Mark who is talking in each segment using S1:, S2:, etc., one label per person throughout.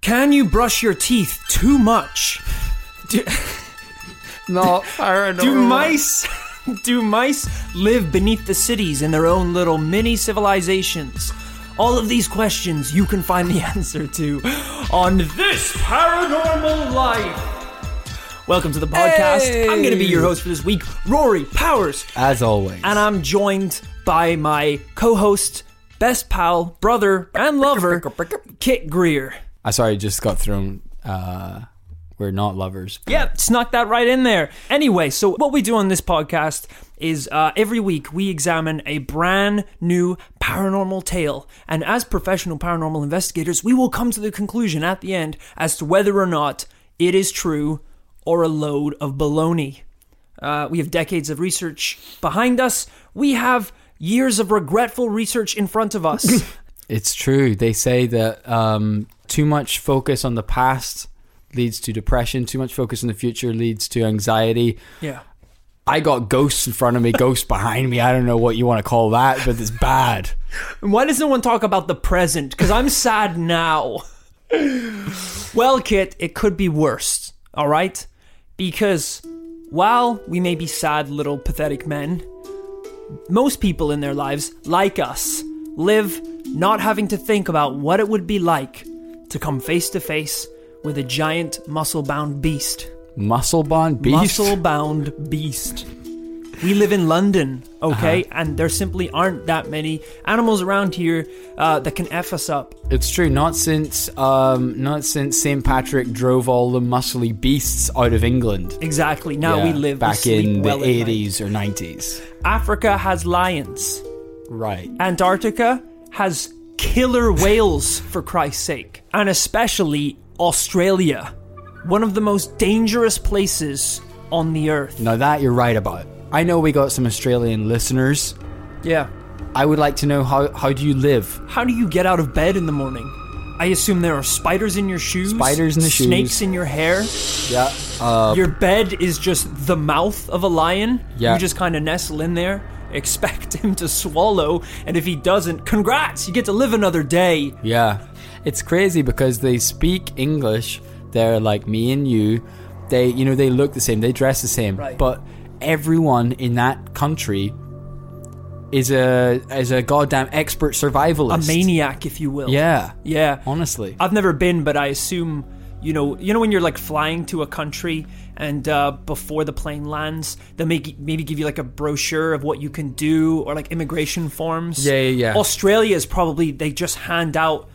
S1: Can you brush your teeth too much? Do,
S2: No, I don't
S1: do
S2: know.
S1: mice do mice live beneath the cities in their own little mini civilizations? All of these questions you can find the answer to on this paranormal life. Welcome to the podcast. I'm going to be your host for this week, Rory Powers,
S2: As always.
S1: and I'm joined by my co-host, best pal, brother, and lover, Kit Greer.
S2: I sorry, just got thrown. Uh, we're not lovers.
S1: Yep, snuck that right in there. Anyway, so what we do on this podcast is uh, every week we examine a brand new paranormal tale. And as professional paranormal investigators, we will come to the conclusion at the end as to whether or not it is true or a load of baloney. Uh, we have decades of research behind us, we have years of regretful research in front of us.
S2: It's true. They say that um, too much focus on the past leads to depression. Too much focus on the future leads to anxiety.
S1: yeah.
S2: I got ghosts in front of me, ghosts behind me. I don't know what you want to call that, but it's bad.
S1: Why does no one talk about the present? Because I'm sad now. well, Kit, it could be worse, all right? Because while we may be sad little pathetic men, most people in their lives, like us, live not having to think about what it would be like to come face to face with a giant muscle bound beast.
S2: Muscle bond beast.
S1: Muscle bound beast. We live in London, okay?
S2: Uh-huh.
S1: And there simply aren't that many animals around here uh, that can F us up.
S2: It's true. Not since um, not since St Patrick drove all the muscly beasts out of England.
S1: Exactly. Now we
S2: Yeah,
S1: live we
S2: back
S1: sleep
S2: in
S1: well at
S2: the
S1: night.
S2: eighties or nineties.
S1: Africa has lions.
S2: Right.
S1: Antarctica has killer whales, for Christ's sake. And especially Australia, one of the most dangerous places on the earth.
S2: Now that you're right about. I know we got some Australian listeners.
S1: Yeah.
S2: I would like to know how how do you live?
S1: How do you get out of bed in the morning? I assume there are spiders in your shoes,
S2: Spiders in the shoes.
S1: snakes in your hair.
S2: Yeah.
S1: Your bed is just the mouth of a lion.
S2: Yeah.
S1: You just kind of nestle in there, expect him to swallow, and if he doesn't, congrats, you get to live another day.
S2: Yeah. It's crazy because they speak English. They're like me and you. They you know they look the same. They dress the same.
S1: Right.
S2: But everyone in that country is a is a goddamn expert survivalist.
S1: A maniac, if you will.
S2: Yeah.
S1: Yeah.
S2: Honestly.
S1: I've never been, but I assume you know. You know when you're like flying to a country, and uh, before the plane lands, they make maybe give you like a brochure of what you can do, or like immigration forms.
S2: Yeah, yeah, yeah.
S1: Australia is probably they just hand out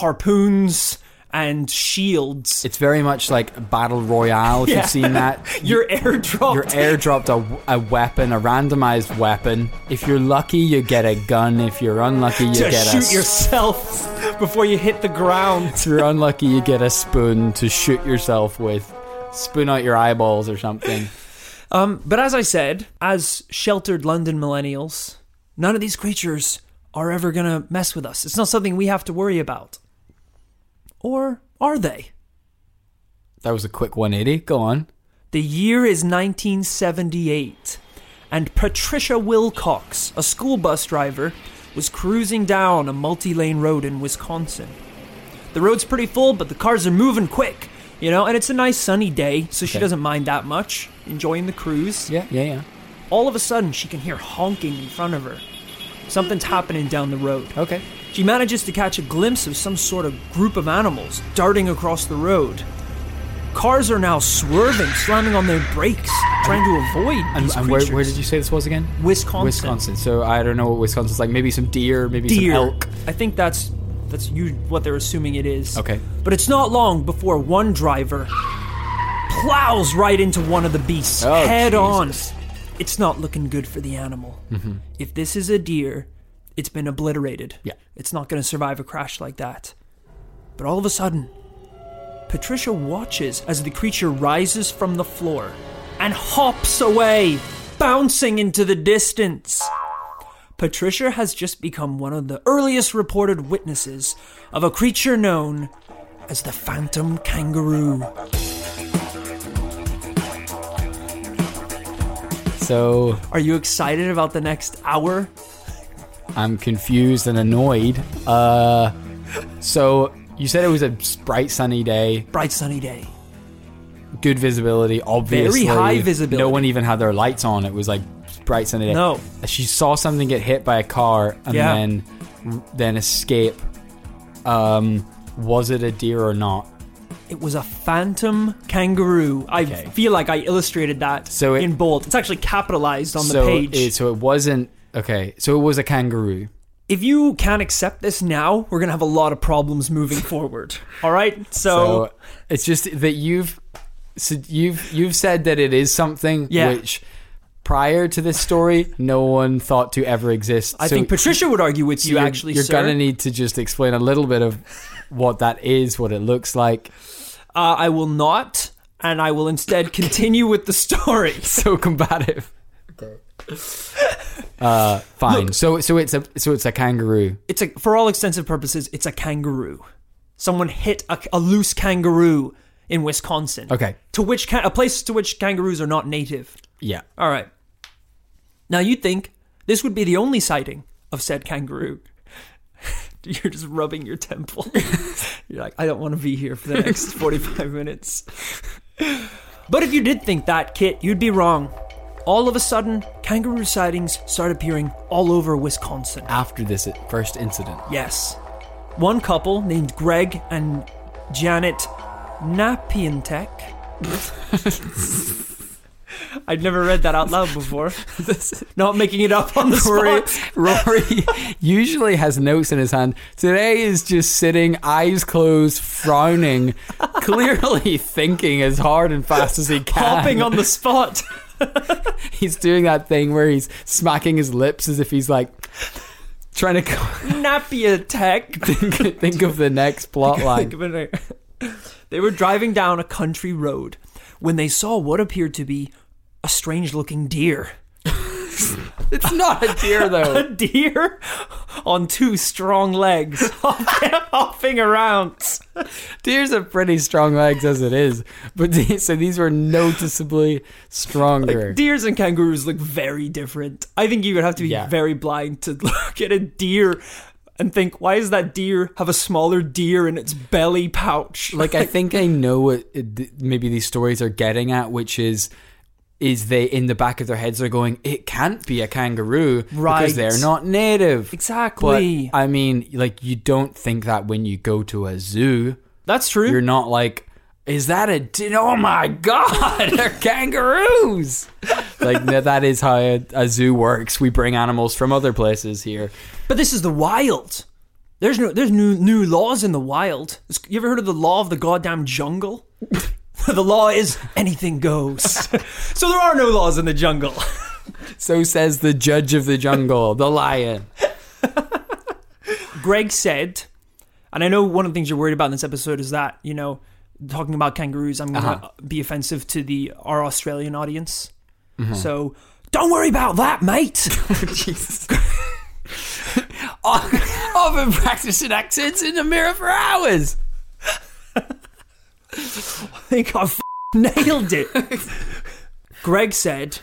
S1: harpoons and shields.
S2: It's very much like battle royale. If
S1: Yeah.
S2: you've seen that,
S1: You're airdropped.
S2: You're airdropped a, a weapon, a randomized weapon. If you're lucky, you get a gun. If you're unlucky, you
S1: to
S2: get a.
S1: shoot
S2: s-
S1: yourself before you hit the ground.
S2: if you're unlucky, you get a spoon to shoot yourself with. Spoon out your eyeballs or something.
S1: Um, but as I said, as sheltered London millennials, none of these creatures are ever going to mess with us. It's not something we have to worry about. Or are they?
S2: That was a quick 180. Go on.
S1: The year is 1978, and Patricia Wilcox, a school bus driver, was cruising down a multi lane road in Wisconsin. The road's pretty full, but the cars are moving quick, you know, and it's a nice sunny day, so she
S2: Okay.
S1: doesn't mind that much, enjoying the cruise.
S2: Yeah, yeah, yeah.
S1: All of a sudden, she can hear honking in front of her. Something's happening down the road.
S2: Okay.
S1: She manages to catch a glimpse of some sort of group of animals darting across the road. Cars are now swerving, slamming on their brakes, trying to avoid
S2: And,
S1: these
S2: and where,
S1: creatures.
S2: where did you say this was again?
S1: Wisconsin.
S2: Wisconsin. So I don't know what Wisconsin's like. Maybe some deer, maybe
S1: Deer.
S2: some elk.
S1: I think that's that's you what they're assuming it is.
S2: Okay.
S1: But it's not long before one driver plows right into one of the beasts
S2: Oh,
S1: head
S2: Jesus.
S1: on. It's not looking good for the animal. If this is a deer, it's been obliterated.
S2: Yeah.
S1: It's not going to survive a crash like that. But all of a sudden, Patricia watches as the creature rises from the floor and hops away, bouncing into the distance. Patricia has just become one of the earliest reported witnesses of a creature known as the Phantom Kangaroo.
S2: So
S1: Are you excited about the next hour?
S2: I'm confused and annoyed. Uh, so You said it was a bright sunny day,
S1: Bright sunny day.
S2: good visibility, obviously.
S1: high visibility.
S2: No one even had their lights on. It was like bright sunny day.
S1: No.
S2: She saw something get hit by a car and
S1: Yeah.
S2: then then escape. Um was it a deer or not?
S1: It was a phantom kangaroo. I
S2: Okay.
S1: feel like I illustrated that
S2: So it-
S1: in bold. It's actually capitalized on
S2: so
S1: the page.
S2: It, so it wasn't okay. So it was a kangaroo.
S1: if you can't accept this now, we're gonna have a lot of problems moving forward. All right, so,
S2: So it's just that you've so you've you've said that it is something
S1: Yeah.
S2: which prior to this story no one thought to ever exist.
S1: I
S2: So
S1: think Patricia would argue with
S2: so
S1: you.
S2: you're,
S1: actually,
S2: you're
S1: sir.
S2: gonna need to just explain a little bit of what that is, what it looks like.
S1: Uh, I will not, and I will instead continue with the story.
S2: So combative. Okay. Uh, fine. so so it's a so it's a kangaroo.
S1: It's a, for all extensive purposes, it's a kangaroo. Someone hit a, a loose kangaroo in Wisconsin.
S2: Okay.
S1: To which ca- a place to which kangaroos are not native.
S2: Yeah.
S1: All right. Now you'd think this would be the only sighting of said kangaroo. You're just rubbing your temple. You're like, I don't want to be here for the next 45 minutes. But if you did think that, Kit, you'd be wrong. All of a sudden, kangaroo sightings start appearing all over Wisconsin.
S2: After this first incident.
S1: Yes. One couple named Greg and Janet Napientek. I'd never read that out loud before. Not making it up on the
S2: Rory,
S1: spot.
S2: Rory usually has notes in his hand. Today is just sitting, eyes closed, frowning, clearly thinking as hard and fast as he can.
S1: Hopping on the spot.
S2: He's doing that thing where he's smacking his lips as if he's like trying to co-
S1: Napientek.
S2: think, think of the next plot
S1: Think
S2: line.
S1: of it. They were driving down a country road when they saw what appeared to be a strange looking deer.
S2: It's not a deer
S1: a
S2: though.
S1: deer on two strong legs hopping, hopping around.
S2: Deers have pretty strong legs as it is, but the- so these were noticeably stronger.
S1: Deers and kangaroos look very different. I think you would have to be
S2: Yeah.
S1: very blind to look at a deer and think, why does that deer have a smaller deer in its belly pouch?
S2: like I think I know what it, th- maybe these stories are getting at, which is is they in the back of their heads are going, it can't be a kangaroo
S1: Right.
S2: because they're not native. But
S1: Exactly.
S2: I mean, like you don't think that when you go to a zoo,
S1: That's true.
S2: you're not like, is that a? di- Oh my god, they're kangaroos! like no, that is how a, a zoo works. We bring animals from other places here.
S1: but this is the wild. There's no there's new new laws in the wild. It's- You ever heard of the law of the goddamn jungle? the law is anything goes. so there are no laws in the jungle.
S2: So says the judge of the jungle, the lion.
S1: Greg said, and I know one of the things you're worried about in this episode is that, you know, talking about kangaroos, I'm going to
S2: Uh-huh.
S1: be offensive to the our Australian audience. So don't worry about that, mate.
S2: Jesus. I've been practicing accents in the mirror for hours.
S1: I think I f- nailed it. Greg said,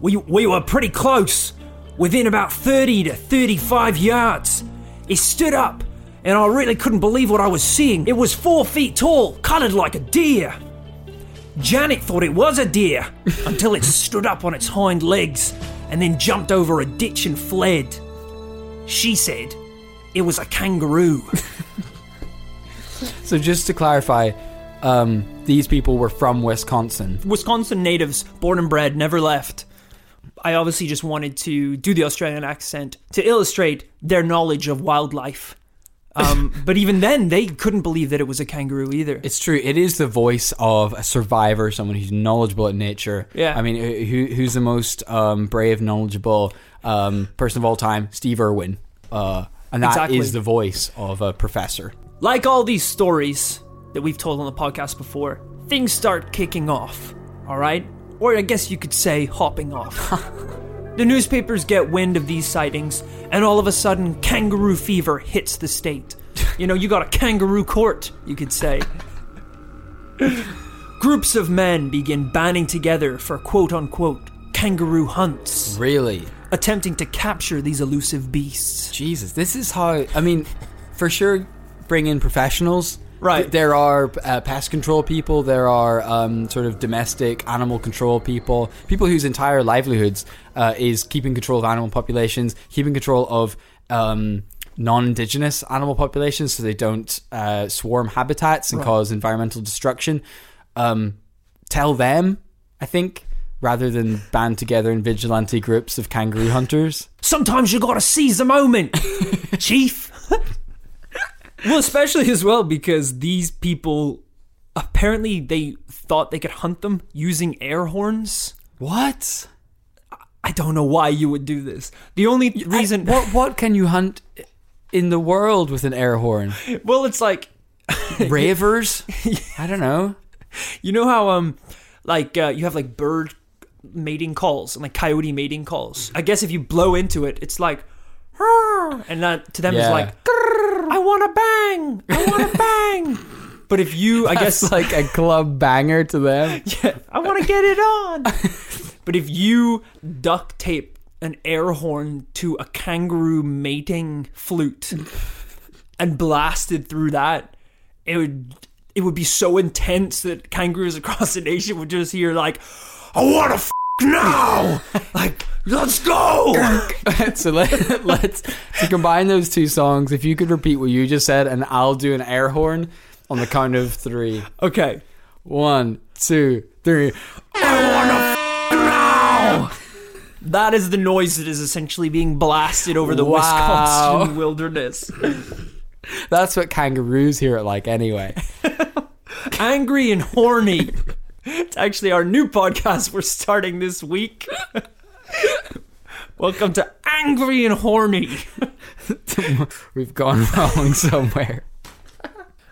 S1: we, we were pretty close, within about 30 to 35 yards. It stood up, and I really couldn't believe what I was seeing. It was four feet tall, coloured like a deer. Janet thought it was a deer until it stood up on its hind legs and then jumped over a ditch and fled. She said it was a kangaroo.
S2: So just to clarify, um, these people were from Wisconsin.
S1: Wisconsin natives, born and bred, never left. I obviously just wanted to do the Australian accent to illustrate their knowledge of wildlife. Um, but even then, they couldn't believe that it was a kangaroo either.
S2: It's true. It is the voice of a survivor, someone who's knowledgeable at nature.
S1: Yeah.
S2: I mean, who, who's the most um, brave, knowledgeable um, person of all time? Steve Irwin. Uh, and that is
S1: Exactly.
S2: the voice of a professor.
S1: Like all these stories that we've told on the podcast before, things start kicking off, all right? Or I guess you could say hopping off. the newspapers get wind of these sightings, and all of a sudden, kangaroo fever hits the state. You know, you got a kangaroo court, you could say. Groups of men begin banding together for quote unquote kangaroo hunts,
S2: Really?
S1: attempting to capture these elusive beasts.
S2: Jesus, this is how. I mean, for sure, bring in professionals.
S1: Right.
S2: Th- there are uh, pest control people. There are um, sort of domestic animal control people. People whose entire livelihoods uh, is keeping control of animal populations, keeping control of um, non-indigenous animal populations, so they don't uh, swarm habitats and cause environmental destruction. Um, tell them, I think, rather than band together in vigilante groups of kangaroo hunters.
S1: Sometimes you gotta seize the moment, Chief. well, especially as well because these people apparently they thought they could hunt them using air horns.
S2: What?
S1: I don't know why you would do this. The only reason,
S2: what what can you hunt in the world with an air horn?
S1: well, it's like
S2: Ravers? I don't know.
S1: you know how um, like uh, you have like bird mating calls and like coyote mating calls. I guess if you blow into it, it's like, "Rrr," and that to them is
S2: Yeah.
S1: like, "Grrr, I want to bang, I want to bang. But if you, I guess,
S2: That's like a club banger to them.
S1: I want to get it on. but if you duct tape an air horn to a kangaroo mating flute and blasted through that, it would it would be so intense that kangaroos across the nation would just hear like, "I want to f- now!" like, "Let's go!"
S2: so let, let's to combine those two songs. If you could repeat what you just said, and I'll do an air horn on the count of three.
S1: okay.
S2: One, two, three.
S1: That is the noise that is essentially being blasted over the
S2: Wow.
S1: Wisconsin wilderness.
S2: That's what kangaroos hear it like, anyway.
S1: angry and horny. It's actually our new podcast we're starting this week. Welcome to Angry and Horny.
S2: We've gone wrong somewhere.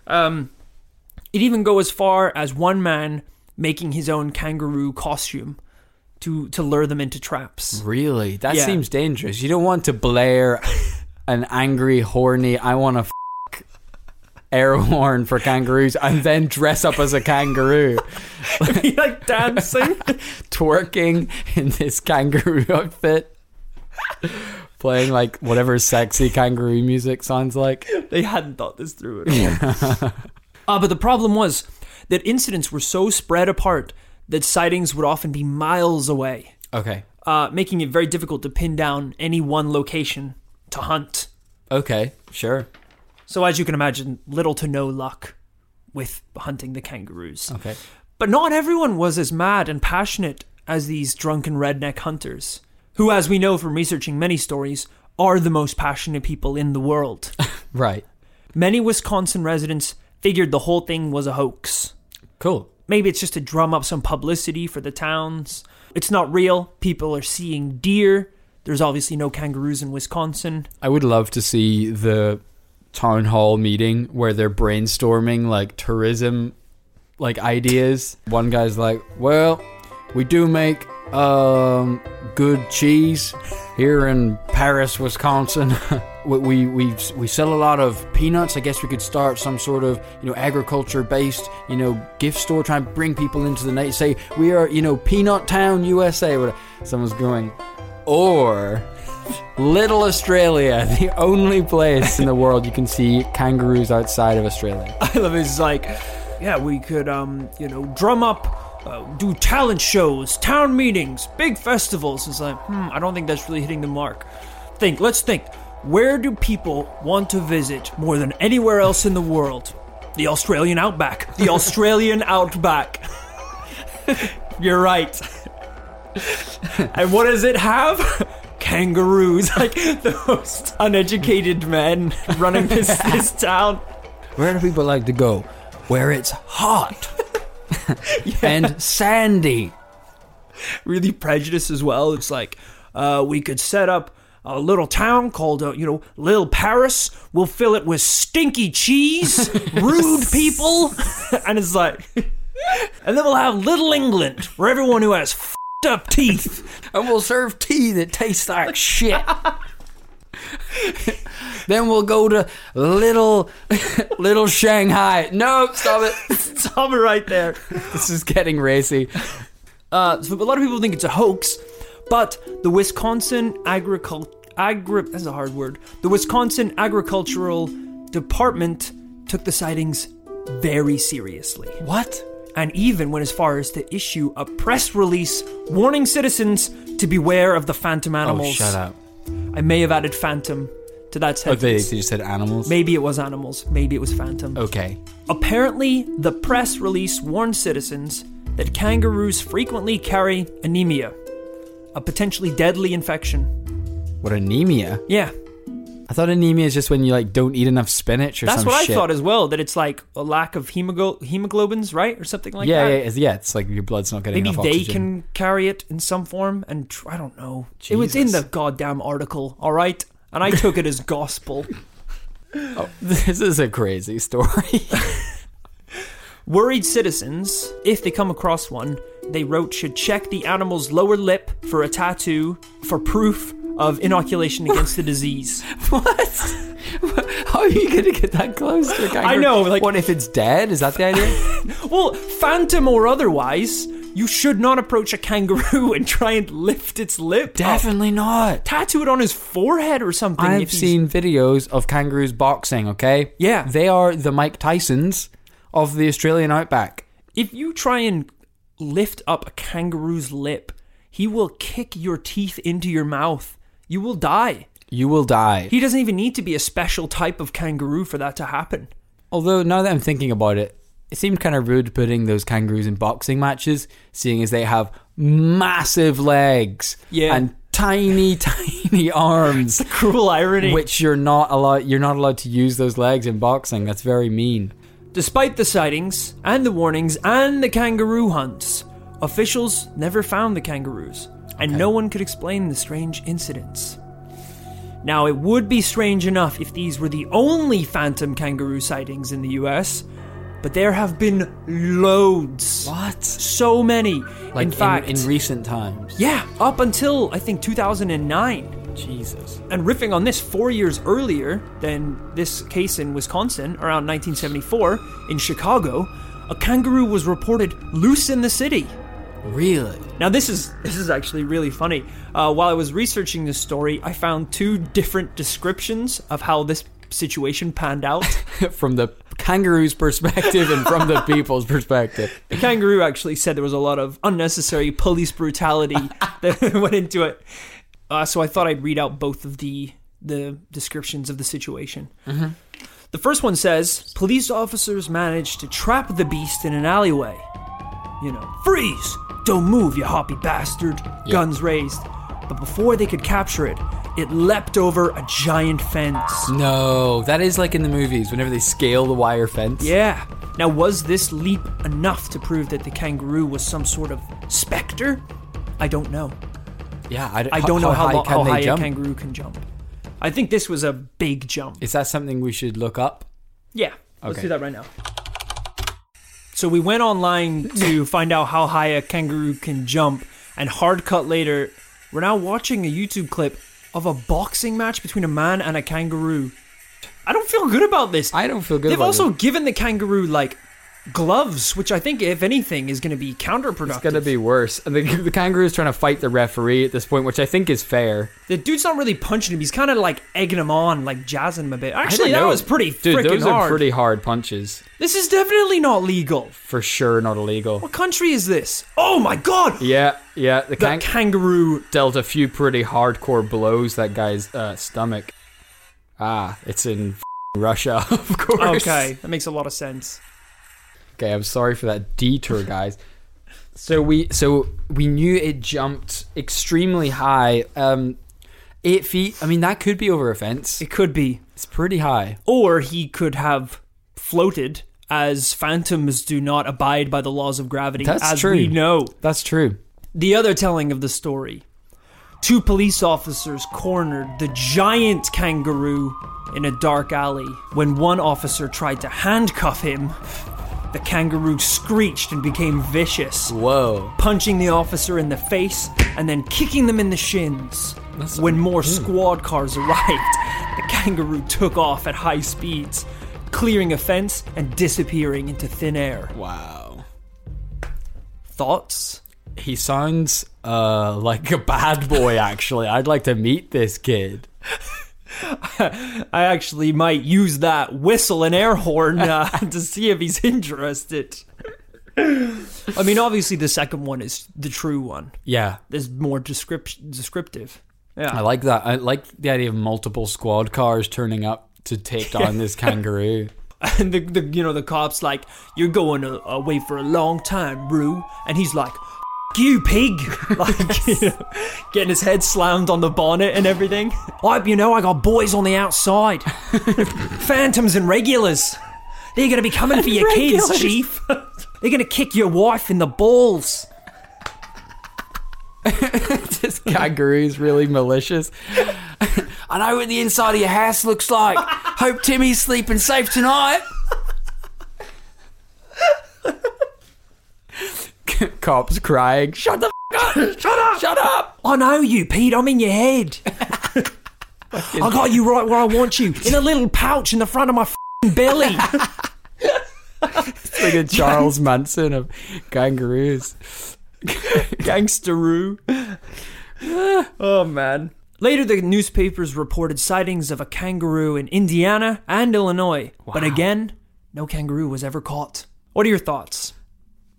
S1: Um, it even go as far as one man making his own kangaroo costume to to lure them into traps.
S2: Really? That
S1: Yeah.
S2: seems dangerous. You don't want to blare an angry, horny, I want to f air horn for kangaroos and then dress up as a kangaroo,
S1: He, like dancing.
S2: twerking in this kangaroo outfit, playing like whatever sexy kangaroo music sounds like.
S1: they hadn't thought this through at all. uh, but the problem was that incidents were so spread apart that sightings would often be miles away.
S2: Okay.
S1: uh, making it very difficult to pin down any one location to hunt.
S2: Okay, sure.
S1: So, as you can imagine, little to no luck with hunting the kangaroos.
S2: Okay.
S1: But not everyone was as mad and passionate as these drunken redneck hunters, who, as we know from researching many stories, are the most passionate people in the world.
S2: Right.
S1: many Wisconsin residents figured the whole thing was a hoax.
S2: Cool.
S1: Maybe it's just to drum up some publicity for the towns. It's not real. People are seeing deer. There's obviously no kangaroos in Wisconsin.
S2: I would love to see the town hall meeting where they're brainstorming like tourism like ideas. One guy's like, "Well, we do make um good cheese here in Paris, Wisconsin. we, we we we sell a lot of peanuts. I guess we could start some sort of, you know, agriculture based, you know, gift store trying to bring people into the night say we are, you know, Peanut Town USA." Whatever. Someone's going, "Or Little Australia, the only place in the world you can see kangaroos outside of Australia.
S1: I love it. It's like, yeah, we could, um, you know, drum up, uh, do talent shows, town meetings, big festivals. It's like, hmm, I don't think that's really hitting the mark. Think, let's think. Where do people want to visit more than anywhere else in the world? The Australian outback. The Australian outback. You're right. and what does it have? Kangaroos, like the most uneducated men running this, this town.
S2: Where do people like to go? Where it's hot and sandy.
S1: really prejudiced as well. It's like uh, we could set up a little town called, uh, you know, Little Paris. We'll fill it with stinky cheese, rude people, and it's like, and then we'll have Little England for everyone who has f***ed up teeth.
S2: And we'll serve tea that tastes like shit. then we'll go to little little Shanghai. No, stop it.
S1: Stop it right there.
S2: This is getting racy.
S1: Uh, so a lot of people think it's a hoax, but the Wisconsin agriculture agri- that's a hard word. The Wisconsin Agricultural Department took the sightings very seriously
S2: What?
S1: and even went as far as to issue a press release warning citizens to beware of the phantom
S2: Oh,
S1: animals.
S2: shut up.
S1: I may have added phantom to that
S2: Oh, they, they
S1: sentence.
S2: just said animals?
S1: Maybe it was animals, maybe it was phantom.
S2: Okay.
S1: Apparently, the press release warned citizens that kangaroos frequently carry anemia, a potentially deadly infection.
S2: What, anemia?
S1: Yeah,
S2: I thought anemia is just when you, like, don't eat enough spinach or
S1: that's
S2: some
S1: what
S2: shit.
S1: I thought as well, that it's like a lack of hemoglo- hemoglobins, right? Or something like
S2: yeah,
S1: that.
S2: yeah, it's- yeah, it's like your blood's not getting
S1: Maybe
S2: enough
S1: they
S2: oxygen.
S1: can carry it in some form, and tr- I don't know. It was in
S2: Jesus.
S1: the goddamn article, all right? And I took it as gospel.
S2: Oh, this is a crazy story.
S1: Worried citizens, if they come across one, they wrote should check the animal's lower lip for a tattoo for proof of inoculation against the disease.
S2: what? How are you gonna get that close to a kangaroo?
S1: know, like-
S2: what if it's dead? Is that the idea?
S1: Well, phantom or otherwise, you should not approach a kangaroo and try and lift its lip. up.
S2: Definitely not.
S1: Tattoo it on his forehead or something.
S2: I've
S1: if he's-
S2: seen videos of kangaroos boxing. Okay,
S1: Yeah.
S2: they are the Mike Tysons of the Australian outback.
S1: If you try and lift up a kangaroo's lip, he will kick your teeth into your mouth. You will die.
S2: You will die.
S1: He doesn't even need to be a special type of kangaroo for that to happen.
S2: Although now that I'm thinking about it, it seemed kind of rude putting those kangaroos in boxing matches, seeing as they have massive legs
S1: Yeah.
S2: and tiny, tiny arms.
S1: Cruel irony.
S2: which you're not allowed you're not allowed to use those legs in boxing that's very mean
S1: Despite the sightings and the warnings and the kangaroo hunts, officials never found the kangaroos, and no one could explain the strange incidents. Now, it would be strange enough if these were the only phantom kangaroo sightings in the US, but there have been loads.
S2: what
S1: So many.
S2: like
S1: in fact,
S2: in, recent times
S1: yeah, up until I think 2009.
S2: jesus
S1: And riffing on this, four years earlier than this case in Wisconsin, around 1974, in Chicago, a kangaroo was reported loose in the city.
S2: really
S1: Now, this is this is actually really funny. Uh, while I was researching this story, I found two different descriptions of how this situation panned out.
S2: from the kangaroo's perspective and from the people's perspective
S1: the kangaroo actually said there was a lot of unnecessary police brutality that went into it. Uh, so I thought I'd read out both of the the descriptions of the situation. The first one says police officers managed to trap the beast in an alleyway. You know, freeze! Don't move, you hoppy bastard! Guns raised. But before they could capture it, it leapt over a giant fence.
S2: no that is like in the movies whenever they scale the wire fence
S1: Yeah. Now, was this leap enough to prove that the kangaroo was some sort of specter? I don't know.
S2: yeah i,
S1: I don't know how, lo-
S2: high
S1: how
S2: can
S1: high
S2: they jump
S1: a kangaroo can jump. I think this was a big jump.
S2: is that something we should look up
S1: Yeah. Let's
S2: Okay.
S1: do that right now. So we went online to find out how high a kangaroo can jump, and hard cut later, we're now watching a YouTube clip of a boxing match between a man and a kangaroo. I don't feel good about this.
S2: i don't feel good
S1: They've
S2: about
S1: also
S2: it.
S1: given the kangaroo like gloves, which I think, if anything, is going to be counterproductive.
S2: it's gonna be worse and the, the kangaroo's trying to fight the referee at this point which i think is fair
S1: The dude's not really punching him; he's kind of like egging him on, like jazzing him a bit.
S2: I
S1: Actually,
S2: don't
S1: that
S2: know.
S1: was pretty
S2: dude
S1: freaking
S2: those
S1: hard.
S2: are pretty hard punches
S1: This is definitely not legal.
S2: for sure not illegal
S1: What country is this? Oh my god!
S2: Yeah, yeah. The
S1: That
S2: kank
S1: kangaroo.
S2: dealt a few pretty hardcore blows that guy's uh, stomach. Ah, it's in f***ing Russia, of course.
S1: Okay, that makes a lot of sense.
S2: Okay, I'm sorry for that detour, guys. So we so we knew it jumped extremely high. Um eight feet. I mean that could be over a fence.
S1: It could be,
S2: It's pretty high.
S1: or he could have floated, as phantoms do not abide by the laws of gravity,
S2: That's
S1: as
S2: true.
S1: we know.
S2: That's true.
S1: The other telling of the story two police officers cornered the giant kangaroo in a dark alley. When one officer tried to handcuff him, the kangaroo screeched and became vicious,
S2: Whoa.
S1: punching the officer in the face and then kicking them in the shins.
S2: That's-
S1: when more squad cars arrived, the kangaroo took off at high speeds, clearing a fence and disappearing into thin air.
S2: Wow.
S1: Thoughts?
S2: He sounds uh like a bad boy actually. I'd like to meet this kid.
S1: I actually might use that whistle and air horn uh, to see if he's interested. I mean, obviously, the second one is the true one.
S2: Yeah.
S1: There's more descript- descriptive.
S2: I
S1: Yeah.
S2: like that. I like the idea of multiple squad cars turning up to take down this kangaroo.
S1: And the, the you know the cops like you're going a- away for a long time, Rue, and he's like, "F- "You pig!" Like you know, getting his head slammed on the bonnet and everything. I you know I got boys on the outside, phantoms and regulars. They're gonna be coming for your kids,
S2: Regulars.
S1: chief. They're gonna kick your wife in the balls.
S2: this kangaroo's really malicious. I know what the inside of your house looks like. Hope Timmy's sleeping safe tonight. Cops crying. Shut the f- up! Shut up! Shut up!
S1: I know you, Pete. I'm in your head. I got you right where I want you, in a little pouch in the front of my fing belly.
S2: It's like a Charles Manson of kangaroos. Gangsteroo. Ah.
S1: Oh man. Later, the newspapers reported sightings of a kangaroo in Indiana and Illinois, but again, no kangaroo was ever caught. What are your thoughts?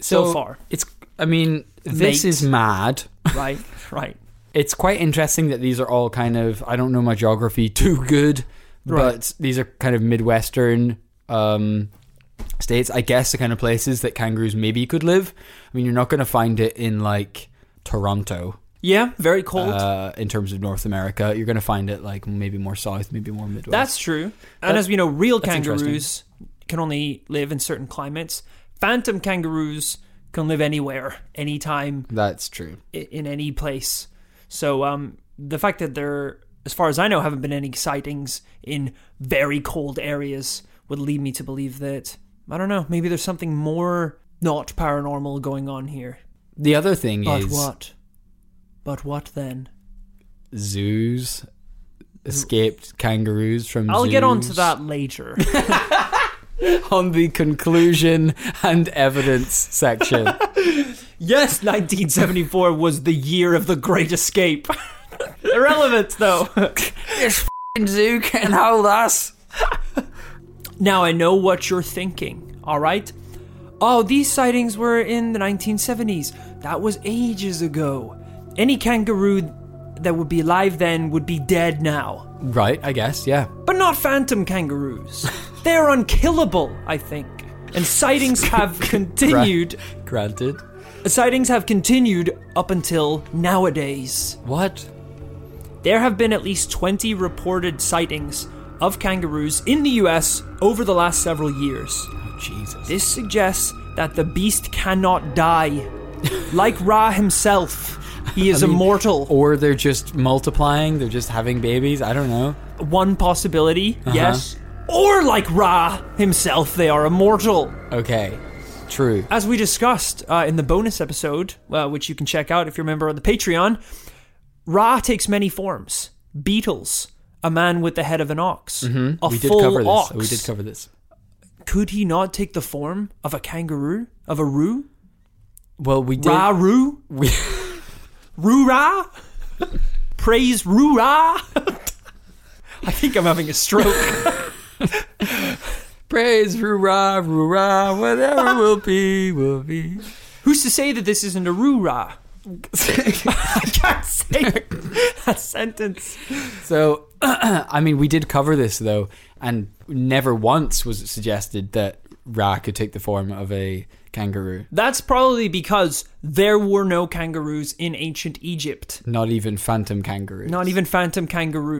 S1: So far.
S2: it's. I mean, this
S1: Mate.
S2: is mad.
S1: Right, right.
S2: it's quite interesting that these are all kind of I don't know my geography too good, but these are kind of midwestern um, states. I guess the kind of places that kangaroos maybe could live. I mean, you're not going to find it in like Toronto.
S1: Yeah, very cold.
S2: Uh, in terms of North America, you're going to find it like maybe more south, maybe more Midwest.
S1: that's true. and as we know, real
S2: interesting.
S1: kangaroos can only live in certain climates. Phantom kangaroos can live anywhere, anytime,
S2: that's true.
S1: i- in any place. So um, the fact that there, as far as I know, haven't been any sightings in very cold areas would lead me to believe that I don't know. Maybe there's something more not paranormal going on here.
S2: The other thing
S1: But
S2: is
S1: what? But what then?
S2: zoos escaped kangaroos from.
S1: I'll get onto
S2: zoos.
S1: that later.
S2: on the conclusion and evidence section.
S1: yes, 1974 was the year of the Great Escape. Irrelevant though.
S2: this f***ing zoo can hold us.
S1: Now I know what you're thinking, all right? Oh, these sightings were in the 1970s. That was ages ago. Any kangaroo that would be alive then would be dead now.
S2: Right, I guess, yeah.
S1: But not phantom kangaroos. They're unkillable, I think. And sightings have continued.
S2: Granted.
S1: Sightings have continued up until nowadays.
S2: What?
S1: There have been at least 20 reported sightings of kangaroos in the US over the last several years.
S2: Oh, Jesus.
S1: This suggests that the beast cannot die. Like Ra himself, he is
S2: mean-
S1: immortal.
S2: Or they're just multiplying, they're just having babies, I don't know.
S1: One possibility,
S2: Uh-huh.
S1: yes. Or like Ra himself, they are immortal.
S2: Okay, true.
S1: As we discussed uh, in the bonus episode, uh, which you can check out if you're a member of the Patreon, Ra takes many forms. Beetles, a man with the head of an ox, a
S2: Mm-hmm. We did
S1: full
S2: cover this.
S1: ox.
S2: We did cover this.
S1: Could he not take the form of a kangaroo, of a roo,
S2: Well, we did.
S1: Ra roo?
S2: we-
S1: Rura! Praise Rura! I think I'm having a stroke.
S2: praise, rura, rura, whatever will be, will be.
S1: Who's to say that this isn't a Rura? I can't say that sentence.
S2: So, I mean, we did cover this though, and never once was it suggested that Ra could take the form of a kangaroo.
S1: That's probably because there were no kangaroos in ancient Egypt.
S2: Not even phantom kangaroos.
S1: Not even phantom kangaroo.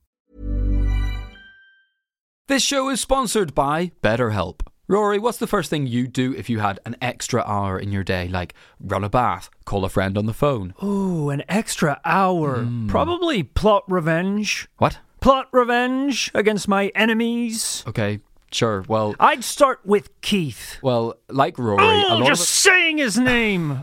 S2: This show is sponsored by BetterHelp. Rory, what's the first thing you'd do if you had an extra hour in your day? Like run a bath, call a friend on the phone.
S1: Ooh, an extra hour. Probably plot revenge.
S2: What?
S1: Plot revenge against my enemies.
S2: Okay, sure. Well,
S1: I'd start with Keith.
S2: well, like Rory, a
S1: Ooh,
S2: lot
S1: just
S2: of
S1: saying his name.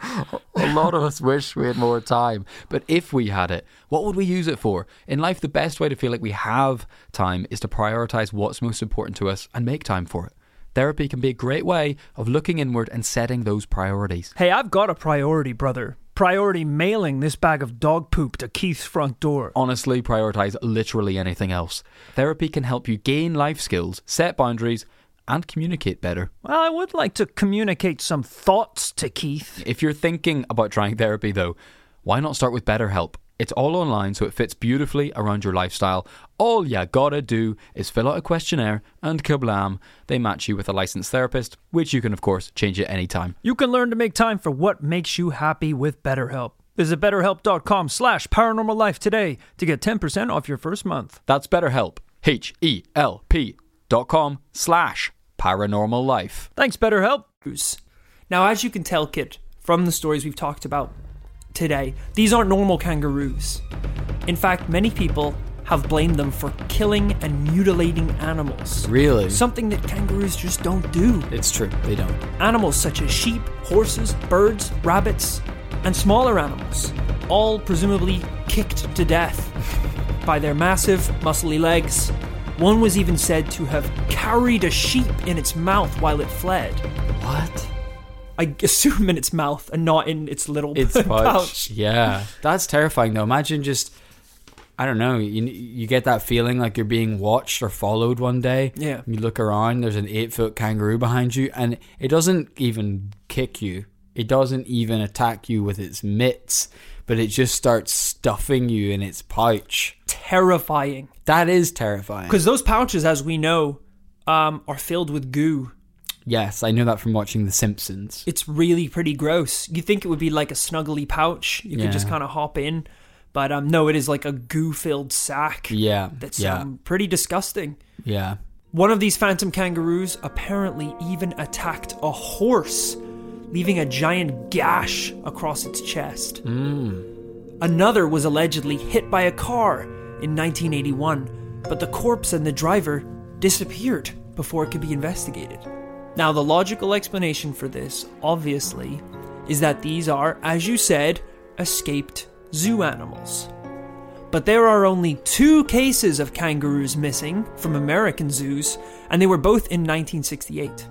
S2: A lot of us wish we had more time. But if we had it, what would we use it for? In life, the best way to feel like we have time is to prioritize what's most important to us and make time for it. Therapy can be a great way of looking inward and setting those priorities.
S1: hey, I've got a priority, brother. Priority mailing this bag of dog poop to Keith's front door.
S2: Honestly, prioritize literally anything else. Therapy can help you gain life skills, set boundaries, and communicate better.
S1: Well, I would like to communicate some thoughts to Keith.
S2: If you're thinking about trying therapy, though, why not start with BetterHelp? It's all online, so it fits beautifully around your lifestyle. All you gotta do is fill out a questionnaire, and kablam, they match you with a licensed therapist, which you can, of course, change at any time.
S1: You can learn to make time for what makes you happy with BetterHelp. Visit betterhelp.com slash paranormal life today to get 10% off your first month.
S2: That's BetterHelp, H E L P dot com slash paranormal life.
S1: Thanks, BetterHelp. Now, as you can tell, Kit, from the stories we've talked about today, these aren't normal kangaroos. In fact, many people have blamed them for killing and mutilating animals.
S2: Really?
S1: Something that kangaroos just don't do.
S2: It's true, they don't.
S1: Animals such as sheep, horses, birds, rabbits, and smaller animals, all presumably kicked to death by their massive, muscly legs. One was even said to have carried a sheep in its mouth while it fled.
S2: What?
S1: I assume in its mouth and not in its little
S2: It's
S1: pouch.
S2: pouch. Yeah,
S3: That's terrifying though. Imagine just I don't know, you you get that feeling like you're being watched or followed one day.
S1: Yeah.
S3: You look around, there's an 8-foot kangaroo behind you and it doesn't even kick you. It doesn't even attack you with its mitts, but it just starts stuffing you in its pouch.
S1: Terrifying.
S3: That is terrifying.
S1: Because those pouches, as we know, um, are filled with goo.
S3: Yes, I know that from watching The Simpsons.
S1: It's really pretty gross. You think it would be like a snuggly pouch. You could just
S3: Yeah.
S1: kind of hop in. But um, no, it is like a goo filled sack.
S3: Yeah.
S1: That's
S3: yeah.
S1: um, pretty disgusting.
S3: yeah.
S1: One of these phantom kangaroos apparently even attacked a horse, leaving a giant gash across its chest. Another was allegedly hit by a car in 1981, but the corpse and the driver disappeared before it could be investigated. Now, the logical explanation for this, obviously, is that these are, as you said, escaped zoo animals but there are only two cases of kangaroos missing from American zoos, and they were both in 1968.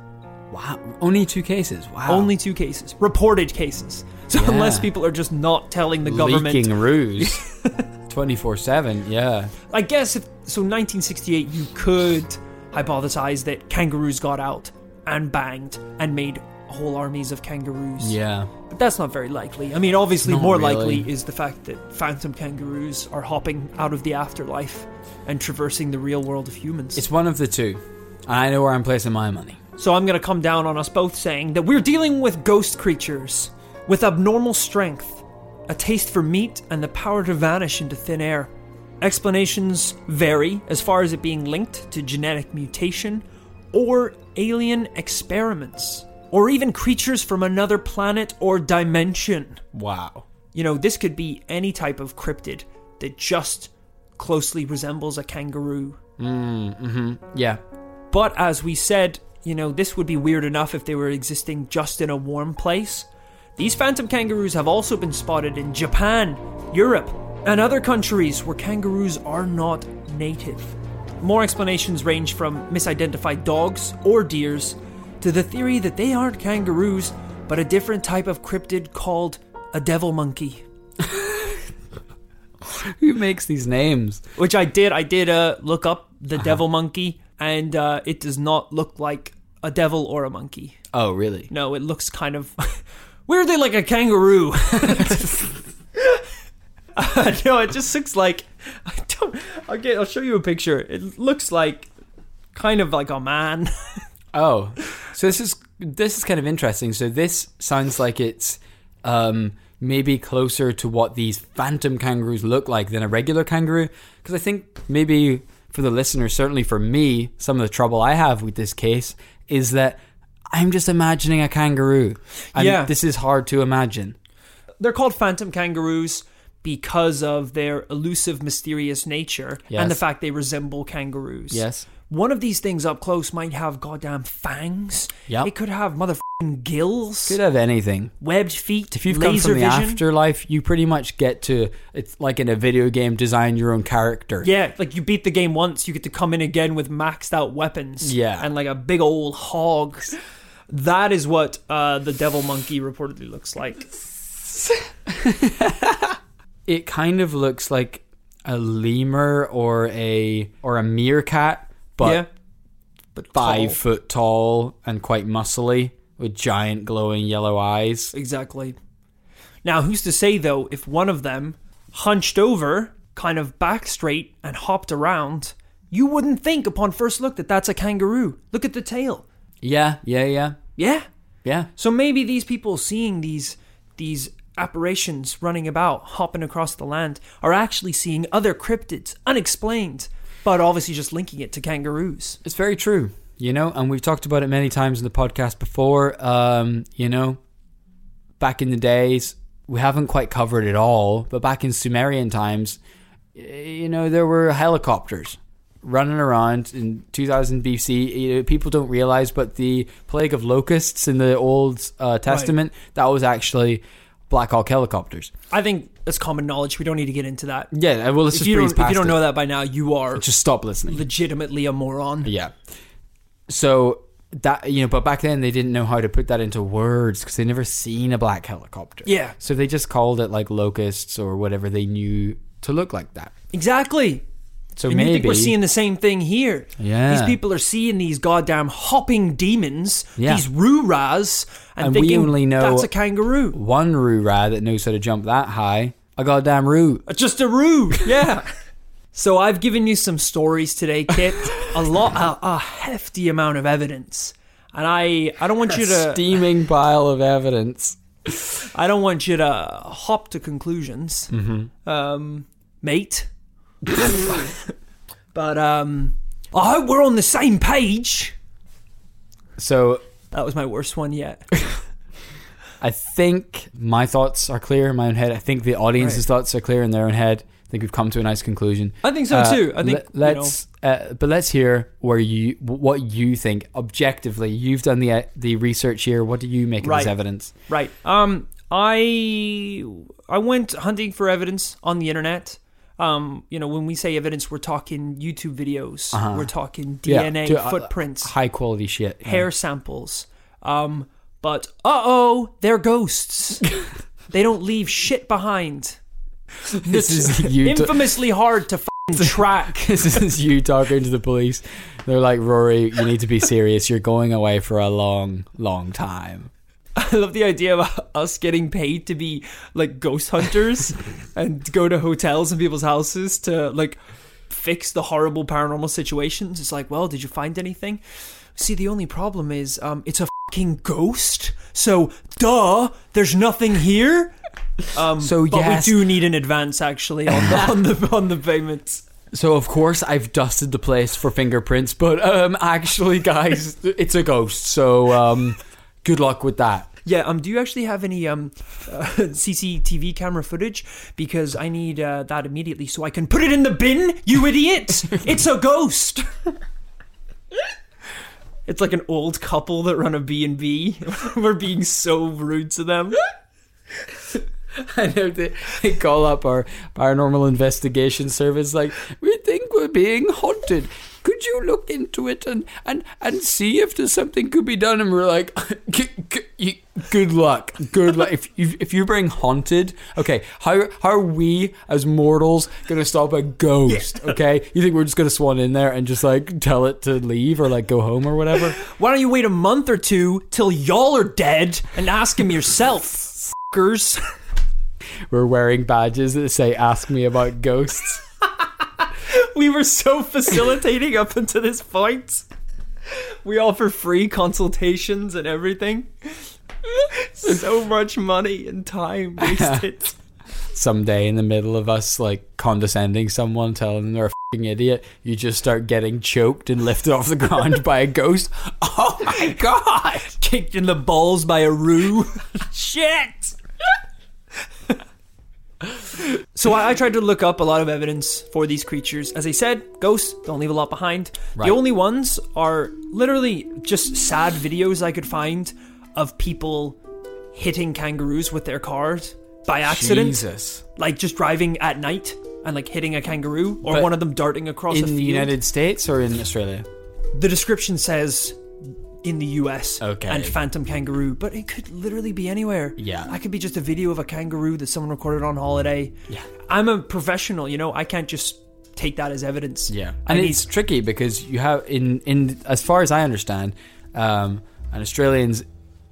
S3: Wow. Only two cases. Wow.
S1: Only two cases, reported cases. So
S3: Oh. Yeah.
S1: unless people are just not telling the government,
S3: leaking ruse 24/7. Yeah.
S1: I guess if so, 1968, you could hypothesize that kangaroos got out and banged and made whole armies of kangaroos.
S3: Yeah.
S1: But that's not very likely. I mean, obviously,
S3: Not
S1: more
S3: really.
S1: likely is the fact that phantom kangaroos are hopping out of the afterlife and traversing the real world of humans.
S3: It's one of the two. I know where I'm placing my money.
S1: So I'm going to come down on us both saying that we're dealing with ghost creatures with abnormal strength, a taste for meat, and the power to vanish into thin air. Explanations vary as far as it being linked to genetic mutation or alien experiments or even creatures from another planet or dimension.
S3: Wow.
S1: You know, this could be any type of cryptid that just closely resembles a kangaroo.
S3: Yeah.
S1: But as we said, you know, this would be weird enough if they were existing just in a warm place. These phantom kangaroos have also been spotted in Japan, Europe, and other countries where kangaroos are not native. More explanations range from misidentified dogs or deers to the theory that they aren't kangaroos but a different type of cryptid called a devil monkey.
S3: Who makes these names?
S1: which I did. I did uh, look up the devil monkey, and uh, it does not look like a devil or a monkey.
S3: Oh, really?
S1: No, it looks kind of weirdly like a kangaroo. Uh, no, it just looks like I don't. I'll get. I'll show you a picture. It looks like kind of like a man.
S2: Oh, so this is this is kind of interesting. So this sounds like it's um, maybe closer to what these phantom kangaroos look like than a regular kangaroo, because I think maybe for the listener, certainly for me, some of the trouble I have with this case is that I'm just imagining a kangaroo. And
S1: Yeah.
S2: this is hard to imagine.
S1: They're called phantom kangaroos because of their elusive, mysterious nature
S2: Yes.
S1: and the fact they resemble kangaroos.
S2: Yes.
S1: One of these things up close might have goddamn fangs.
S2: Yep.
S1: It could have motherfucking gills,
S2: Could have anything.
S1: webbed feet.
S2: If you've come
S1: laser
S2: from the
S1: vision.
S2: afterlife, you pretty much get to it's like in a video game, design your own character.
S1: Yeah, like you beat the game once, you get to come in again with maxed out weapons.
S2: Yeah.
S1: And like a big old hog. That is what uh, the devil monkey reportedly looks like.
S2: it kind of looks like a lemur or a or a meerkat, but
S1: yeah.
S2: but
S1: tall.
S2: five foot tall and quite muscly with giant glowing yellow eyes.
S1: Exactly. Now, who's to say, though, if one of them hunched over, kind of back straight, and hopped around, you wouldn't think upon first look that that's a kangaroo. Look at the tail.
S2: Yeah, yeah, yeah,
S1: Yeah.
S2: yeah.
S1: So maybe these people seeing these these apparitions running about, hopping across the land, are actually seeing other cryptids, unexplained, but obviously just linking it to kangaroos.
S2: It's very true, you know. And we've talked about it many times in the podcast before. Um, you know, back in the days, we haven't quite covered it all, but back in Sumerian times, y- you know, there were helicopters running around in 2000 BC. You know, people don't realize, but the plague of locusts in the Old uh, Testament that was actually Black Hawk helicopters.
S1: I think that's common knowledge. We don't need to get into that.
S2: Yeah, well, let's
S1: If
S2: just
S1: you, don't,
S2: breeze
S1: if
S2: past
S1: you don't
S2: it.
S1: know that by now, you are
S2: Just stop listening.
S1: legitimately a moron.
S2: Yeah. So that you know, but back then they didn't know how to put that into words because they never seen a black helicopter.
S1: Yeah.
S2: So they just called it like locusts or whatever they knew to look like that.
S1: Exactly.
S2: So
S1: and
S2: maybe
S1: you think we're seeing the same thing here.
S2: Yeah.
S1: These people are seeing these goddamn hopping demons,
S2: Yeah.
S1: these ruras, and,
S2: And we
S1: thinking
S2: only know-
S1: that's a kangaroo.
S2: one roo rat that knows how to jump that high. A goddamn roo.
S1: It's just a roo. Yeah. so I've given you some stories today, Kit. a lot, a, a hefty amount of evidence. And I, I don't want you to,
S2: Steaming pile of evidence.
S1: I don't want you to hop to conclusions, um, mate. but um, I hope we're on the same page.
S2: So
S1: That was my worst one yet.
S2: I think my thoughts are clear in my own head. I think the audience's thoughts are clear in their own head. I think we've come to a nice conclusion. Uh,
S1: I think so, too. I think, you know-
S2: let's, uh, but let's hear where you what you think objectively. You've done the uh, the research here. What do you make of
S1: Right.
S2: this evidence?
S1: Right. Um, I I went hunting for evidence on the internet. Um, you know, when we say evidence, we're talking YouTube videos, we're talking DNA
S2: do, Uh-huh. uh,
S1: footprints,
S2: high quality shit. yeah.
S1: hair samples. Um, but uh oh, they're ghosts. they don't leave shit behind.
S2: This is you. ta-
S1: Infamously hard to f***ing track.
S2: this is you talking to the police. They're like, Rory, you need to be serious. You're going away for a long, long time.
S1: I love the idea of us getting paid to be like ghost hunters and go to hotels and people's houses to like fix the horrible paranormal situations. It's like, well, did you find anything? See, the only problem is um, it's a fucking ghost. So, duh, there's nothing here. Um,
S2: So,
S1: but
S2: yes.
S1: we do need an advance actually on the on the, on the payments.
S2: So of course I've dusted the place for fingerprints, but um, actually, guys, it's a ghost. So um, good luck with that.
S1: Yeah. Um. Do you actually have any um uh, CCTV camera footage? Because I need uh, that immediately so I can put it in the bin. You idiot! it's a ghost. it's like an old couple that run a B and B. We're being so rude to them.
S2: I know they, they call up our paranormal investigation service, like, we think we're being haunted. Could you look into it and, and, and see if there's something could be done? And we're like, "G- g- y- good luck, good luck. If you if you bring haunted, okay, how how are we as mortals gonna stop a ghost? Okay, you think we're just gonna swan in there and just like tell it to leave or like go home or whatever?
S1: Why don't you wait a month or two till y'all are dead and ask him yourself, fuckers?
S2: were wearing badges that say "Ask me about ghosts."
S1: We were so facilitating up until this point. We offer free consultations and everything. so much money and time wasted.
S2: Someday, in the middle of us like condescending someone, telling them they're a fucking idiot, you just start getting choked and lifted off the ground by a ghost. Oh my god!
S1: Kicked in the balls by a roo. Shit! so I, I tried to look up a lot of evidence for these creatures. As I said, ghosts don't leave a lot behind. The only ones are literally just sad videos I could find of people hitting kangaroos with their cars by accident.
S2: Jesus.
S1: Like just driving at night and like hitting a kangaroo or
S2: But
S1: one of them darting across a
S2: In
S1: field.
S2: the United States or in Australia?
S1: The description says in the US
S2: Okay.
S1: and phantom kangaroo, but it could literally be anywhere.
S2: Yeah.
S1: That could be just a video of a kangaroo that someone recorded on holiday.
S2: Yeah.
S1: I'm a professional, you know, I can't just take that as evidence.
S2: Yeah,
S1: I
S2: and
S1: need-
S2: it's tricky because you have in in as far as I understand, um, and Australians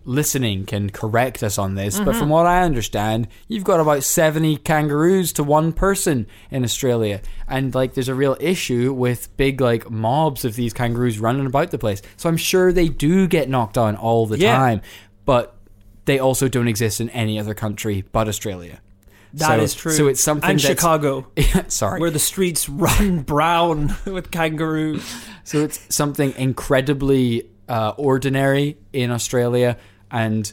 S2: listening can correct us on this, but from what I understand, you've got about seventy kangaroos to one person in Australia, and like there's a real issue with big like mobs of these kangaroos running about the place. So I'm sure they do get knocked on all the
S1: Yeah.
S2: time, but they also don't exist in any other country but Australia.
S1: That
S2: so,
S1: is true.
S2: So it's something
S1: And
S2: that's-
S1: Chicago,
S2: Sorry,
S1: where the streets run brown with kangaroo.
S2: So it's something incredibly uh, ordinary in Australia and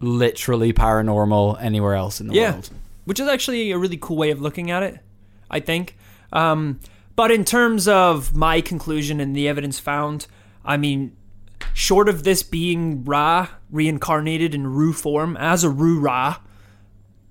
S2: literally paranormal anywhere else in the
S1: Yeah.
S2: world.
S1: Which is actually a really cool way of looking at it, I think. Um, but in terms of my conclusion and the evidence found, I mean, short of this being Ra reincarnated in Ru form as a Ru Ra,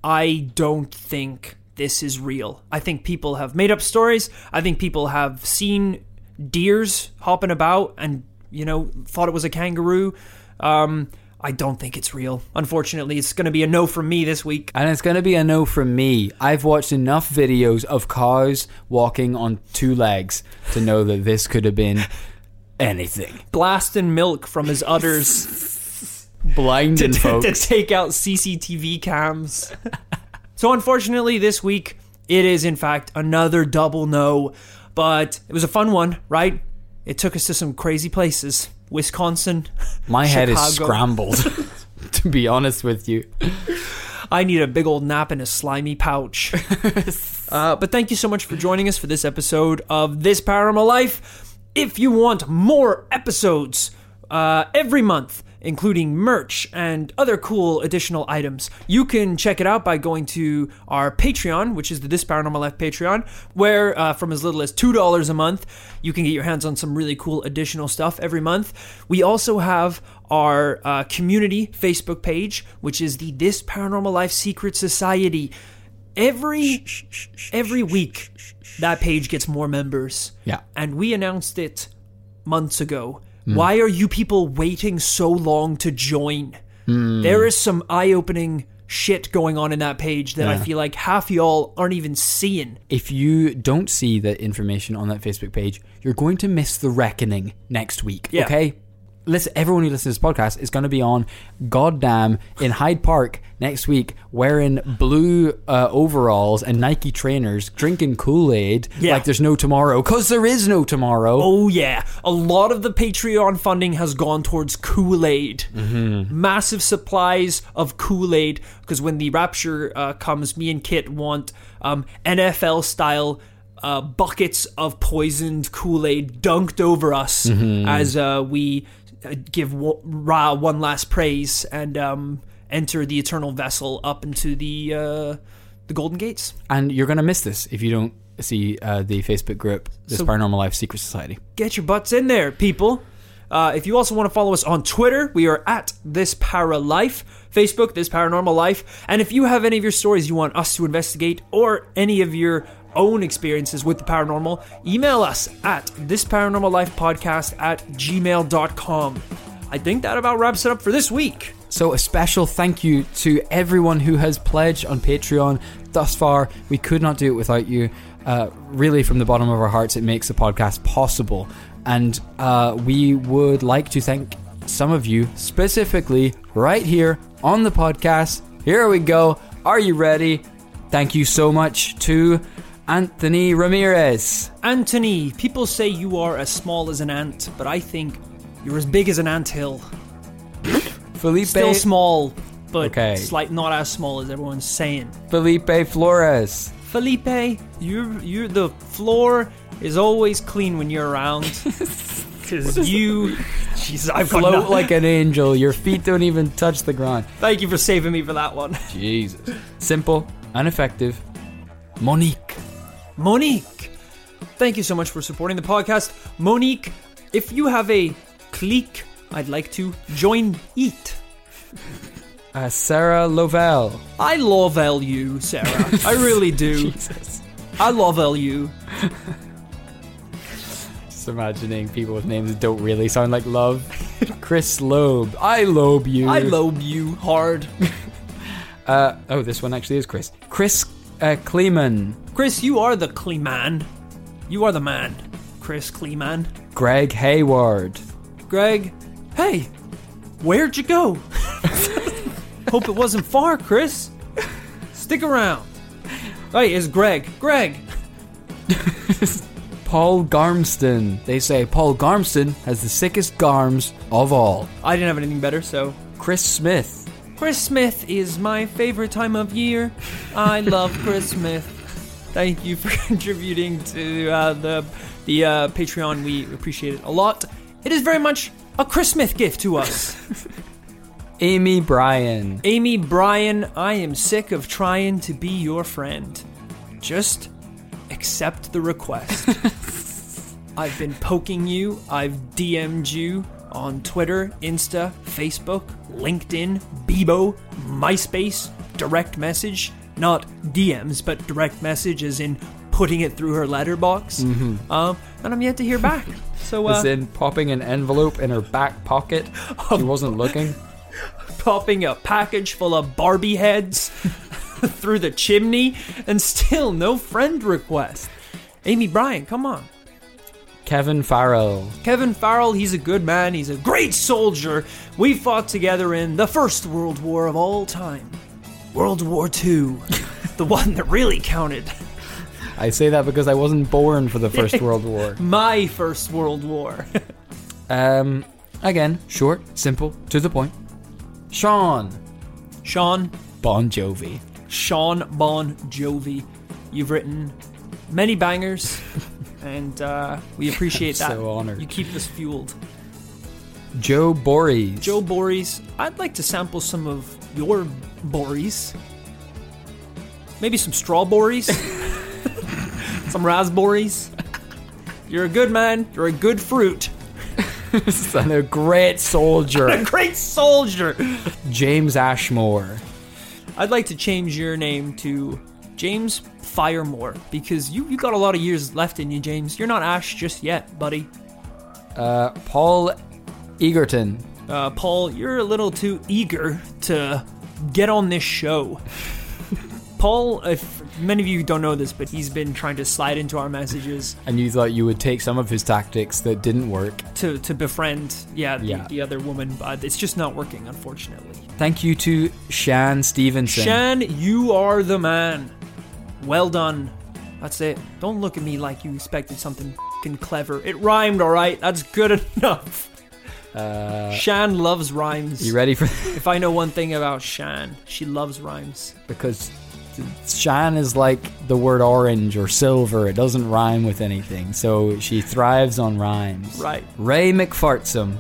S1: I don't think this is real. I think people have made up stories. I think people have seen deers hopping about and, you know, thought it was a kangaroo. Um, I don't think it's real. Unfortunately, it's going to be a no from me this week.
S2: And it's going to be a no from me. I've watched enough videos of cows walking on two legs to know that this could have been anything.
S1: blasting milk from his udders
S2: Blinding
S1: to
S2: folks.
S1: take out CCTV cams. so, unfortunately, this week it is, in fact, another double no, but it was a fun one, right? It took us to some crazy places Wisconsin.
S2: My head is
S1: Chicago.
S2: scrambled. To be honest with you,
S1: I need a big old nap in a slimy pouch. uh, but thank you so much for joining us for this episode of This Paranormal Life. If you want more episodes uh, every month, including merch and other cool additional items, you can check it out by going to our Patreon, which is the This Paranormal Life Patreon, where uh, from as little as $2 a month, you can get your hands on some really cool additional stuff every month. We also have our uh, community Facebook page, which is the This Paranormal Life Secret Society. Every every week, that page gets more members.
S2: Yeah.
S1: and we announced it months ago. Why are you people waiting so long to join? There is some eye-opening shit going on in that page that I feel like half y'all aren't even seeing.
S2: if you don't see the information on that Facebook page, you're going to miss the reckoning next week.
S1: Yeah.
S2: Okay? Listen, everyone who listens to this podcast is going to be on goddamn in Hyde Park next week, wearing blue uh, overalls and Nike trainers, drinking Kool Aid
S1: Yeah.
S2: like there's no tomorrow, because there is no tomorrow.
S1: Oh yeah, a lot of the Patreon funding has gone towards Kool-Aid. Massive supplies of Kool-Aid because when the rapture uh, comes, me and Kit want um, NFL style uh, buckets of poisoned Kool-Aid dunked over us as uh, we uh, give wa- Ra one last praise and um, enter the eternal vessel up into the uh, the golden gates.
S2: And you're going to miss this if you don't see uh, the Facebook group, This
S1: So-
S2: Paranormal Life Secret Society.
S1: get your butts in there, people. Uh, if you also want to follow us on Twitter, we are at This Para Life, Facebook, This Paranormal Life. And if you have any of your stories you want us to investigate or any of your own experiences with the paranormal, email us at This Paranormal Life Podcast at gmail.com. I think that about wraps it up for this week.
S2: So a special thank you to everyone who has pledged on Patreon thus far. We could not do it without you. Uh, really, from the bottom of our hearts, it makes the podcast possible. And uh, we would like to thank some of you specifically right here on the podcast. Here we go. Are you ready? Thank you so much to Anthony Ramirez.
S1: Anthony, people say you are as small as an ant, but I think you're as big as an anthill.
S2: Felipe
S1: Still small, but
S2: Okay.
S1: slight, not as small as everyone's saying.
S2: Felipe Flores.
S1: Felipe, you're you're the floor is always clean when you're around. Cause you, Jesus, I've got
S2: Float
S1: nothing.
S2: like an angel. Your feet don't even touch the ground.
S1: Thank you for saving me for that one.
S2: Jesus. Simple and effective. Monique.
S1: Monique, thank you so much for supporting the podcast. Monique, if you have a clique, I'd like to join it.
S2: Uh, Sarah Lovell.
S1: I love LU, Sarah. I really do.
S2: Jesus.
S1: I love LU.
S2: Just imagining people with names that don't really sound like love. Chris Loeb. I lobe you.
S1: I lobe you hard.
S2: Uh, oh, this one actually is Chris. Chris uh, Kleeman.
S1: Chris, you are the Kleeman. You are the man. Chris Kleeman.
S2: Greg Hayward.
S1: Greg, hey, where'd you go? Hope it wasn't far, Chris. Stick around. Hey, it's Greg. Greg,
S2: Paul Garmston. They say Paul Garmston has the sickest garms of all.
S1: I didn't have anything better, so.
S2: Chris Smith.
S1: Chris Smith is my favorite time of year. I love Chris Smith. Thank you for contributing to uh, the the uh, Patreon. We appreciate it a lot. It is very much a Chris Smith gift to us.
S2: Amy Bryan.
S1: Amy Bryan, I am sick of trying to be your friend. Just accept the request. I've been poking you, I've DM'd you on Twitter, Insta, Facebook, LinkedIn, Bebo, MySpace, direct message. Not DMs, but direct message as in putting it through her letterbox. Um, and I'm yet to hear back. So uh,
S2: As in popping an envelope in her back pocket. She wasn't looking.
S1: popping a package full of Barbie heads through the chimney, and still no friend request. Amy Bryan, come on.
S2: Kevin Farrell.
S1: Kevin Farrell, he's a good man, he's a great soldier. We fought together in the first World War of all time World War II, the one that really counted.
S2: I say that because I wasn't born for the First World War.
S1: My first World War.
S2: Um, again, short, simple, to the point. Sean
S1: Sean,
S2: Bon Jovi.
S1: Sean Bon Jovi, you've written many bangers, and uh, we appreciate
S2: I'm
S1: that.
S2: so honored.
S1: You keep us fueled.
S2: Joe Bories.
S1: Joe Boris, I'd like to sample some of your Boris. Maybe some strawberries. some raspberries. You're a good man. You're a good fruit.
S2: and a great
S1: A
S2: soldier.
S1: great soldier.
S2: James Ashmore.
S1: I'd like to change your name to James Firemore because you, you got a lot of years left in you, James. You're not Ash just yet, buddy.
S2: Uh, Paul Egerton.
S1: Uh, Paul, you're a little too eager to get on this show. Paul, if many of you don't know this, but he's been trying to slide into our messages
S2: And you thought you would take some of his tactics that didn't work.
S1: to, to befriend, yeah, the,
S2: Yeah.
S1: the other woman, but it's just not working, unfortunately.
S2: Thank you to Shan Stevenson.
S1: Shan, you are the man. Well done. That's it. Don't look at me like you expected something fing clever. It rhymed, all right. That's good enough. Shan loves rhymes.
S2: Uh, You ready for
S1: If I know one thing about Shan, she loves rhymes.
S2: because Shan is like the word orange or silver. It doesn't rhyme with anything. So she thrives on rhymes.
S1: Right.
S2: Ray McFartsum.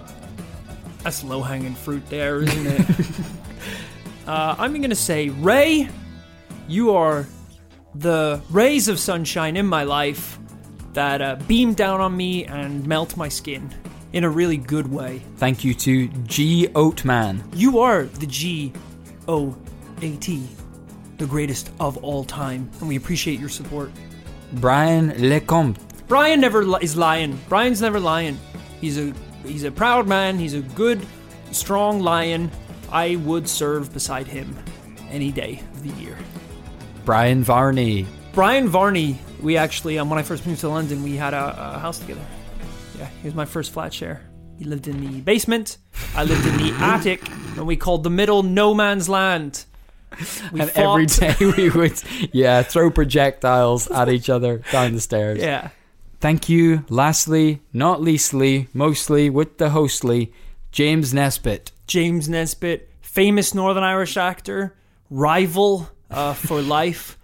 S1: That's low hanging fruit there, isn't it? uh, I'm going to say, Ray, you are the rays of sunshine in my life that uh, beam down on me and melt my skin in a really good way.
S2: Thank you to G Oatman.
S1: You are the G O A T, the greatest of all time, and we appreciate your support.
S2: Brian Lecomte.
S1: Brian never li- is lying. Brian's never lying. He's a he's a proud man. He's a good, strong lion. I would serve beside him any day of the year.
S2: Brian Varney.
S1: Brian Varney. We actually, um, when I first moved to London, we had a, a house together. Yeah, he was my first flat share. He lived in the basement. I lived in the attic, and we called the middle no man's land. We
S2: and every
S1: fought.
S2: day we would, yeah, throw projectiles at each other down the stairs.
S1: Yeah.
S2: Thank you, lastly, not leastly, mostly with the hostly, James Nesbitt.
S1: James Nesbitt, famous Northern Irish actor, rival uh, for life,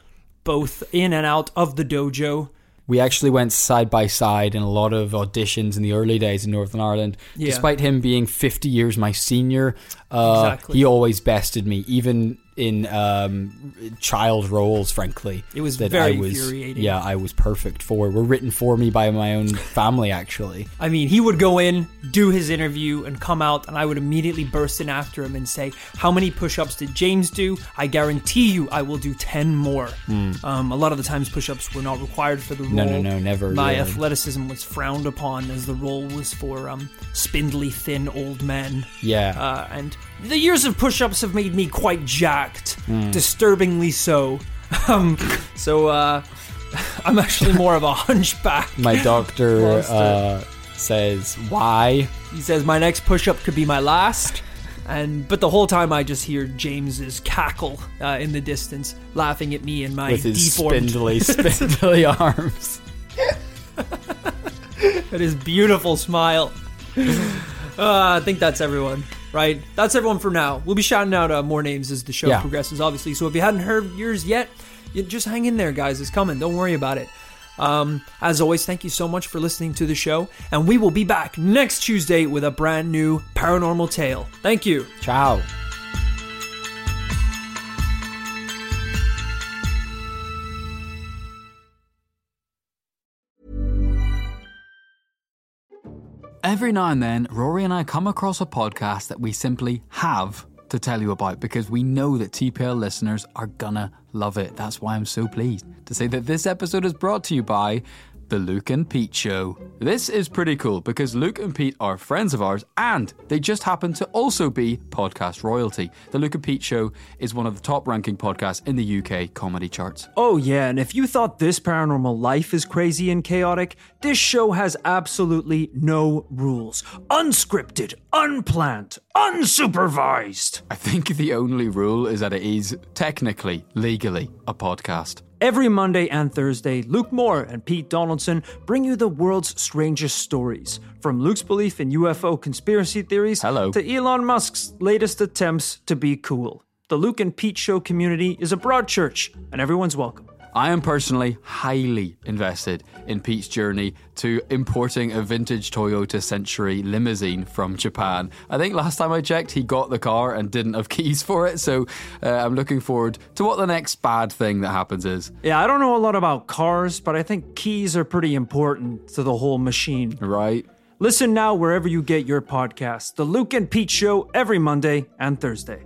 S1: both in and out of the dojo.
S2: We actually went side by side in a lot of auditions in the early days in Northern Ireland.
S1: Yeah.
S2: Despite him being 50 years my senior, uh,
S1: Exactly.
S2: he always bested me, even in um, child roles, frankly.
S1: It was
S2: that
S1: very
S2: I was,
S1: infuriating.
S2: Yeah, I was perfect for. Were written for me by my own family, actually.
S1: I mean, he would go in, do his interview, and come out, and I would immediately burst in after him and say, How many push ups did James do? I guarantee you I will do 10 more. Um, a lot of the times, push ups were not required for the role.
S2: Hmm. No, no, no, never
S1: My
S2: really.
S1: athleticism was frowned upon as the role was for um, spindly, thin old men.
S2: Yeah.
S1: Uh, and the years of push ups have made me quite jacked,
S2: Hmm.
S1: disturbingly so. Um, so, uh, I'm actually more of a hunchback.
S2: my doctor
S1: Monster.
S2: uh, says, Why?
S1: He says my next push-up could be my last, and but the whole time I just hear James's cackle uh, in the distance, laughing at me and my
S2: With his
S1: deformed,
S2: spindly, spindly arms.
S1: and his beautiful smile. uh, I think that's everyone, right? That's everyone for now. We'll be shouting out uh, more names as the show
S2: Yeah.
S1: progresses, obviously. So if you hadn't heard yours yet, you just hang in there, guys. It's coming. Don't worry about it. Um, as always, thank you so much for listening to the show, and we will be back next Tuesday with a brand new paranormal tale. Thank you.
S2: Ciao.
S3: Every now and then, Rory and I come across a podcast that we simply have to tell you about because we know that TPL listeners are gonna love it. That's why I'm so pleased to say that this episode is brought to you by The Luke and Pete Show. This is pretty cool because Luke and Pete are friends of ours and they just happen to also be podcast royalty. The Luke and Pete Show is one of the top ranking podcasts in the UK comedy charts.
S1: Oh, yeah, and if you thought this paranormal life is crazy and chaotic, this show has absolutely no rules. Unscripted, unplanned, unsupervised.
S3: I think the only rule is that it is technically, legally, a podcast.
S1: Every Monday and Thursday, Luke Moore and Pete Donaldson bring you the world's strangest stories. From Luke's belief in UFO conspiracy theories
S3: Hello.
S1: to Elon Musk's latest attempts to be cool. The Luke and Pete Show community is a broad church, and everyone's welcome.
S3: I am personally highly invested in Pete's journey to importing a vintage Toyota Century limousine from Japan. I think last time I checked, he got the car and didn't have keys for it, so uh, I'm looking forward to what the next bad thing that happens is.
S1: Yeah, I don't know a lot about cars, but I think keys are pretty important to the whole machine.
S3: Right?
S1: Listen now wherever you get your podcast. The Luke and Pete Show every Monday and Thursday.